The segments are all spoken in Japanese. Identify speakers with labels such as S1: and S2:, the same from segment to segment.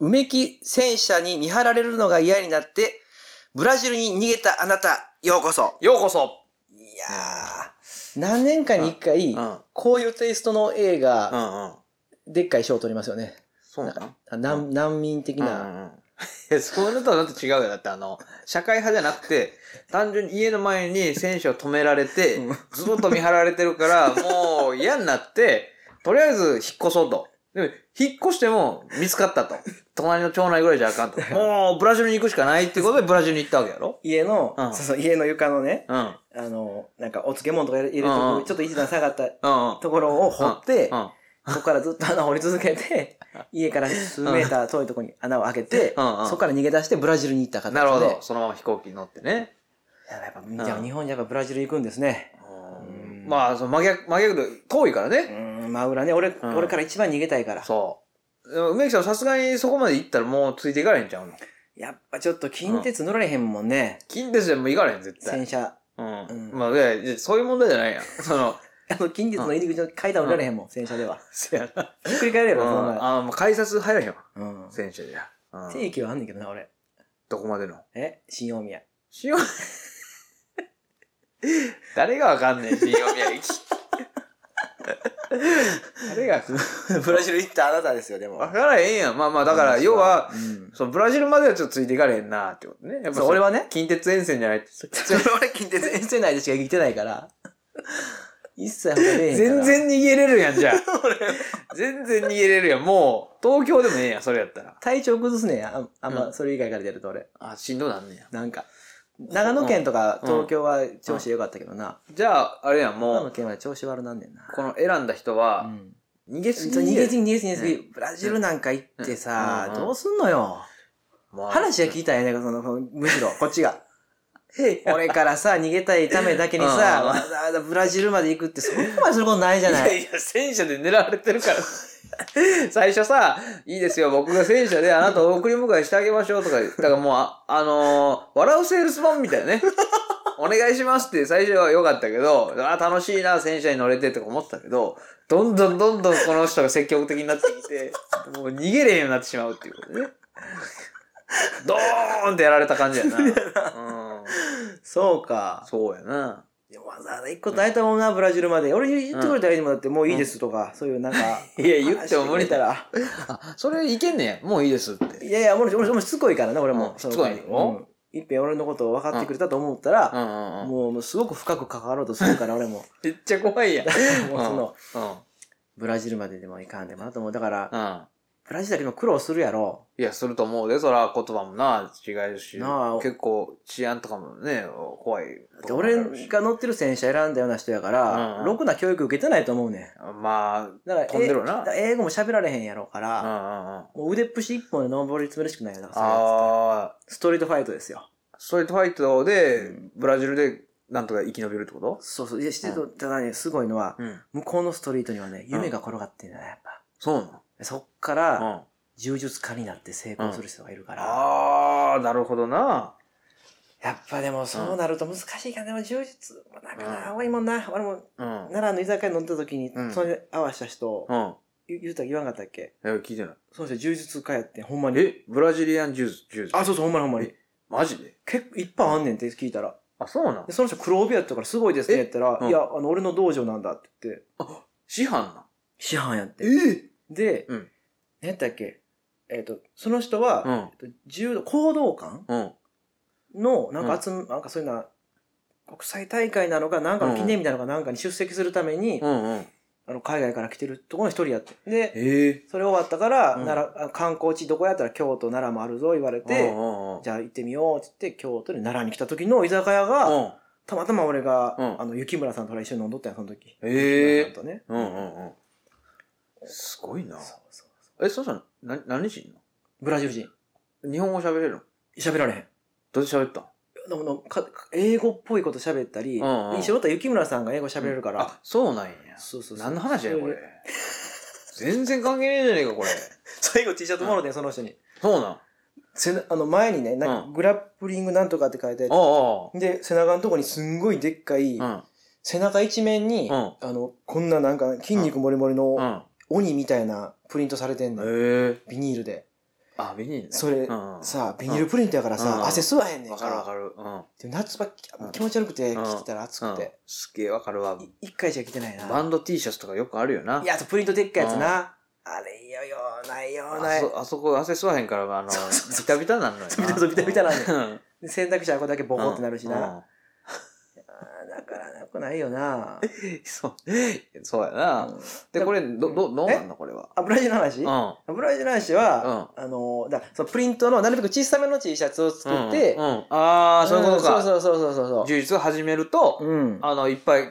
S1: うめき戦車に見張られるのが嫌になって、ブラジルに逃げたあなた、ようこそ。
S2: ようこそ
S1: いやー、何年かに一回
S2: う、ん。
S1: こういうテイストの映
S2: う
S1: 画、
S2: んうん。
S1: でっかい賞を取りますよね。
S2: そうなん
S1: あ難難民的
S2: う
S1: な。
S2: んうんうん いやそういうのとはだって違うよ。だってあの、社会派じゃなくて、単純に家の前に選手を止められて、
S1: うん
S2: ずっと見張られてるから、もう嫌になって、とりあえず引っ越そうと。でも、引っ越しても見つかったと。 隣の町内ぐらいじゃあ かんと。もう、ブラジルに行くしかないってことでブラジルに行ったわけやろ
S1: 家の、
S2: うん
S1: そうそう、家の床のね、
S2: うん。うん
S1: あの、なんかお漬物とか入れ入れとく、
S2: うんうん
S1: ちょっと一段下がった
S2: うん。
S1: ところを掘って、
S2: うん。
S1: そこからずっと穴を掘り続け て、家から数メーター遠いところに穴を開けて、
S2: うんうん
S1: そこから逃げ出してブラジルに行った方
S2: なるほど。そのまま飛行機に乗ってね。
S1: やっぱ、
S2: ん
S1: じゃあ日本じゃやっぱブラジル行くんですね。うん
S2: まあ、その真逆、真逆で、遠いから
S1: う
S2: ね。
S1: ん、真裏ね。俺、
S2: ん
S1: 俺から一番逃げたいから。
S2: そう。でも梅木さん、さすがにそこまで行ったらもうついていかれへんちゃうの。
S1: やっぱちょっと近鉄乗られへんもんね。
S2: 近鉄でもう行かれへん、絶対。
S1: 洗車。
S2: うん。
S1: うん
S2: まあ、いやいやそういう問題じゃないや ん。その、
S1: あの、近鉄の入り口の階段降りられへんもん、洗車では。
S2: せやな。
S1: ひっくり返れ
S2: う
S1: るよ、そん
S2: ん、
S1: な。
S2: あもう改札入らへんわ。
S1: うん。
S2: 選手じゃ。うん
S1: 定期はあんねんけどな、俺。
S2: どこまでの。
S1: え新大宮。
S2: しお 誰がわかんねえ、新大宮駅。誰がわかんね
S1: ブラジル行ったあなたですよ、で
S2: え
S1: も
S2: わからへんやん。まあまあ、だから、要は、、
S1: うん
S2: そのブラジルまではちょっとついていかれへんなってことね。やっぱ
S1: そう俺はね、
S2: 近鉄沿線じゃないって。
S1: 俺近鉄遠征内でしか生きてないから。一切他出えへんから
S2: 全。然逃げれるやん、 じゃあ。全然逃げれるやん。もう、東京でもええやん、それやったら。
S1: 体調崩すねんあんあん
S2: う
S1: ま、
S2: ん
S1: それ以外から出ると俺。
S2: あ、しんどなんねや。
S1: なんか。長野県とか
S2: うん
S1: 東京は調子良かったけどな。
S2: じゃあ、あれやん、
S1: 長
S2: も
S1: 野
S2: う、
S1: 県は調子悪なんねんな。
S2: この選んだ人
S1: う
S2: は、
S1: ん。
S2: 逃げす
S1: 逃
S2: ぎや
S1: げすぎ逃げすぎ逃げすぎ
S2: う
S1: ブラジルなんか行ってさ、
S2: うん
S1: どうすんのよ。
S2: まあ
S1: 話は聞いたらええねんけどその、そのむしろ、こっち が。俺からさ、逃げたいためだけに さ、
S2: うん
S1: わざわざブラジルまで行くって、そこまですることないじゃないい。
S2: やいや、戦車で狙われてるから。 最初さ、いいですよ、僕が戦車であなたを送り迎えしてあげましょうとか言ったからもう、あ、あのー笑うセールスマンみたいなね。 お願いしますって最初は良かったけど、あー楽しいな、戦車に乗れてとか思ってたけど、どんどんどんどんこの人が積極的になってきて、もう逃げれへんようになってしまうっていうことね。ドーンってやられた感じやな。うん。
S1: そうか。
S2: そうやな。
S1: いやわざわざ行くことないと思うな、ブラジルまで。俺言ってくれたらいいもんだって、もういいですとか、そういうなんか。
S2: いや、言っても無理
S1: 話してくれた
S2: だ。
S1: ら。
S2: あ、それいけんねや。もういいですって。
S1: いやいや、俺、俺、俺しつこいからね、俺も
S2: う。ん
S1: その代わり
S2: しつこいの
S1: うんいっぺん俺のことを分かってくれたと思った
S2: う
S1: ら、
S2: んうんうん。
S1: もう、もうすごく深く関わろうとするから、俺も。
S2: めっちゃ怖いやん。
S1: もうその、
S2: うん。
S1: ブラジルまででも行かんでもなと思う。だから、
S2: うん。
S1: ブラジルだけでも苦労するやろ。
S2: いや、すると思うで、そら言葉もな、違うし
S1: なあ、
S2: 結構治安とかもね、怖い
S1: だっ
S2: と
S1: て
S2: こもある
S1: 俺
S2: し。
S1: が乗ってる戦車選んだような人やから、
S2: うんうん
S1: ろくな教育受けてないと思うねん。
S2: ま
S1: だから、
S2: 飛んでるよな
S1: えだから英語も喋られへんやろうから、
S2: あ、うんうんうん。
S1: もう腕っぷし一本で登り詰めるしかないよな、だからそういうや
S2: ああ、
S1: つってストリートファイトですよ。
S2: ストリートファイトで
S1: うん、
S2: ブラジルで、なんとか生き延びるってこと
S1: そうそう。いや、してると、ただね、すごいのは、
S2: うん。
S1: 向こうのストリートにはね、夢が転がってんだよ、やっぱ。
S2: そうなの
S1: そっか
S2: う
S1: ら、
S2: ん。
S1: 柔術家になって成功する人がいるから。
S2: ああ、なるほどな。
S1: やっぱでも、そうなると難しいから、でも柔術、なんかな、
S2: うん
S1: 多いもんな。俺も、
S2: うん。うん。
S1: 奈良の居酒屋飲んだ時に
S2: う、ん
S1: それ合わした人、
S2: い
S1: ゆ言うた言わんかったっけ
S2: や、聞いてない。
S1: その人柔術家やってん、ほんまに。
S2: え、ブラジリアンジュース、ジュース。
S1: あ、そうそう、ほんまにほんまに
S2: え。マジで
S1: 結構いっぱいあんねんって聞いたら。
S2: あ、そうなの
S1: でその人黒帯やったからすごいですね
S2: え
S1: やったら、
S2: うん
S1: いや、あの、俺の道場なんだって言って、
S2: 師範な
S1: 師範やって。
S2: え
S1: で、
S2: うん
S1: 何やったっけえっ、と、その人は、
S2: うん。
S1: 柔道、行動館
S2: うん。
S1: の、なんか集め、なんかそういうな、国際大会なのか、なんかの記念日なのか、なんかに出席するために、
S2: うんうん。
S1: あの、海外から来てるところの一人やって。で、
S2: ええ。
S1: それ終わったから、
S2: うん
S1: 奈良、あ観光地どこやったら京都、奈良もあるぞ、言われ
S2: う
S1: て、
S2: んうんうん
S1: じゃあ行ってみよう、って言って、京都で奈良に来た時の居酒屋が、
S2: うん。
S1: たまたま俺が、
S2: うん
S1: あの、雪村さんとほら一緒に飲んどったんや、その時。
S2: へえ
S1: 雪村さんとね。
S2: うんうんうん。すごいな
S1: そう。そうそ
S2: え、そしたら、な、何人いん
S1: う。ブラジル人。
S2: の日本語喋れるの
S1: 喋られへん。
S2: どうやって喋ったの
S1: でもでもか英語っぽいこと喋ったり、
S2: うんうん
S1: 一緒だったら雪村さんが英語喋れるから。
S2: あ、そうなんや。
S1: そうそうそう。
S2: 何の話や
S1: そ
S2: ね
S1: れ
S2: ん
S1: で
S2: こ れ。。全然関係ねえじゃねえか、これ。
S1: 最後 T シャツもろてん、その人に。
S2: そうなん。あ
S1: 背なあの、前にね、なん
S2: う
S1: かグラップリングなんとかって書いてあって、
S2: あ
S1: で、背中のとこにすんごいでっかい、
S2: ああ、
S1: 背中一面に、
S2: うん
S1: あの、こんななんか筋肉もりもり
S2: うん。
S1: の
S2: うん。
S1: 鬼みたいなプリントされてんの、
S2: へえ。
S1: ビニールで。
S2: あ、ビニールね。
S1: それ
S2: うんうん
S1: さあ、ビニールプリントやから
S2: う
S1: さ、
S2: ん
S1: 汗吸わへんねん
S2: わかるわかる。うん。
S1: でも夏場き
S2: うん
S1: 気持ち悪くて、
S2: うん
S1: 着てたら暑く
S2: うん
S1: て。
S2: すげえわかるわ。
S1: い一回じゃ着てないな。
S2: バンド T シャツとかよくあるよな。
S1: いや、あとプリントでっかいやつな。あれ、いやよ、ないよ、な
S2: あ
S1: い。
S2: そ、あそこ汗吸わへんから、あの、
S1: そうそうそう
S2: ビタビタなんのよな。
S1: そうビタそうビタビタなん
S2: のよ。
S1: で洗濯したらこれだけボコってなるし
S2: う
S1: な。
S2: ん
S1: あーだから、なくないよな。
S2: そう。 そうやな。で、これ、ど、ど、どうなんだ、これは。
S1: 油地の話
S2: うん。うん。
S1: 油地の話は、あの、だそのプリントのなるべく小さめの T シャツを作って
S2: う、んうんああ、そういうこと
S1: ん
S2: か。
S1: そうそうそうそうそう。
S2: 充実を始めると、
S1: うん。
S2: あの、いっぱい、あ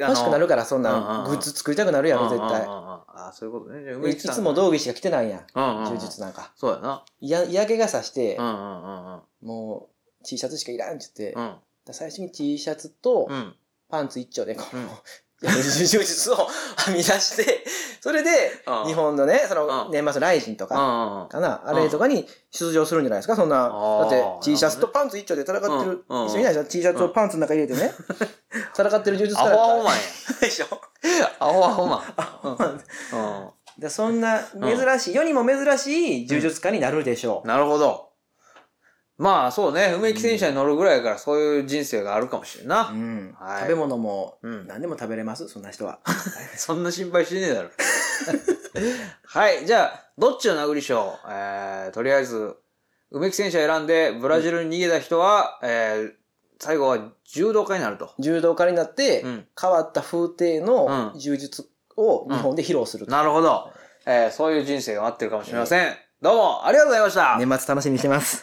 S2: の
S1: 欲しくなるから、そん
S2: うんうん
S1: な
S2: うん
S1: んグッズ作りたくなるやろ、絶
S2: うんうんうんうんああ、そういうことね。じゃあ
S1: 対。いつも、道着しか着てないやん。
S2: 梅木さんうんうんう
S1: 充
S2: ん
S1: 実なんか。
S2: そうやな。
S1: いや嫌気がさして
S2: う、んうんうんうん。
S1: もう T シャツしかいらんって言って、
S2: う
S1: だか
S2: ん。
S1: ら最初に T シャツと
S2: うん。
S1: パンツ一丁でこの、
S2: うん
S1: 充実を はみ出して、それで
S2: うん
S1: 日本のね、そ
S2: うん
S1: の年末のライジンと
S2: う
S1: か、
S2: んうん。
S1: かな、あれとかに出場するんじゃないですか、そんな。だ
S2: あー
S1: って、T シャツとパンツ一丁で戦ってる、
S2: うんうん
S1: 一緒にいないでしょ ?T シャツをパンツの中に入 れてね、戦ってる充実
S2: アホアホマンや。
S1: でしょ
S2: アホアホマン。
S1: アホマン
S2: うん
S1: でそんな珍しい、世にも珍しい柔術家になるでしょう。
S2: なるほど。まあそうね、梅木戦車に乗るぐらいやからそういう人生があるかもしれんな。
S1: うん
S2: はい
S1: 食べ物も
S2: うん。
S1: 何でも食べれますそんな人は。
S2: そんな心配しねえだろ。はい、じゃあ、どっちの殴り賞、えー、とりあえず、梅木戦車選んで、ブラジルに逃げた人は、えー、最後は柔道家になると。
S1: 柔道家になって、
S2: うん。
S1: 変わった風景の柔術を日本で披露すると、
S2: なるほど。えー、そういう人生が待ってるかもしれません。どうも、ありがとうございました。
S1: 年末楽しみにしてます。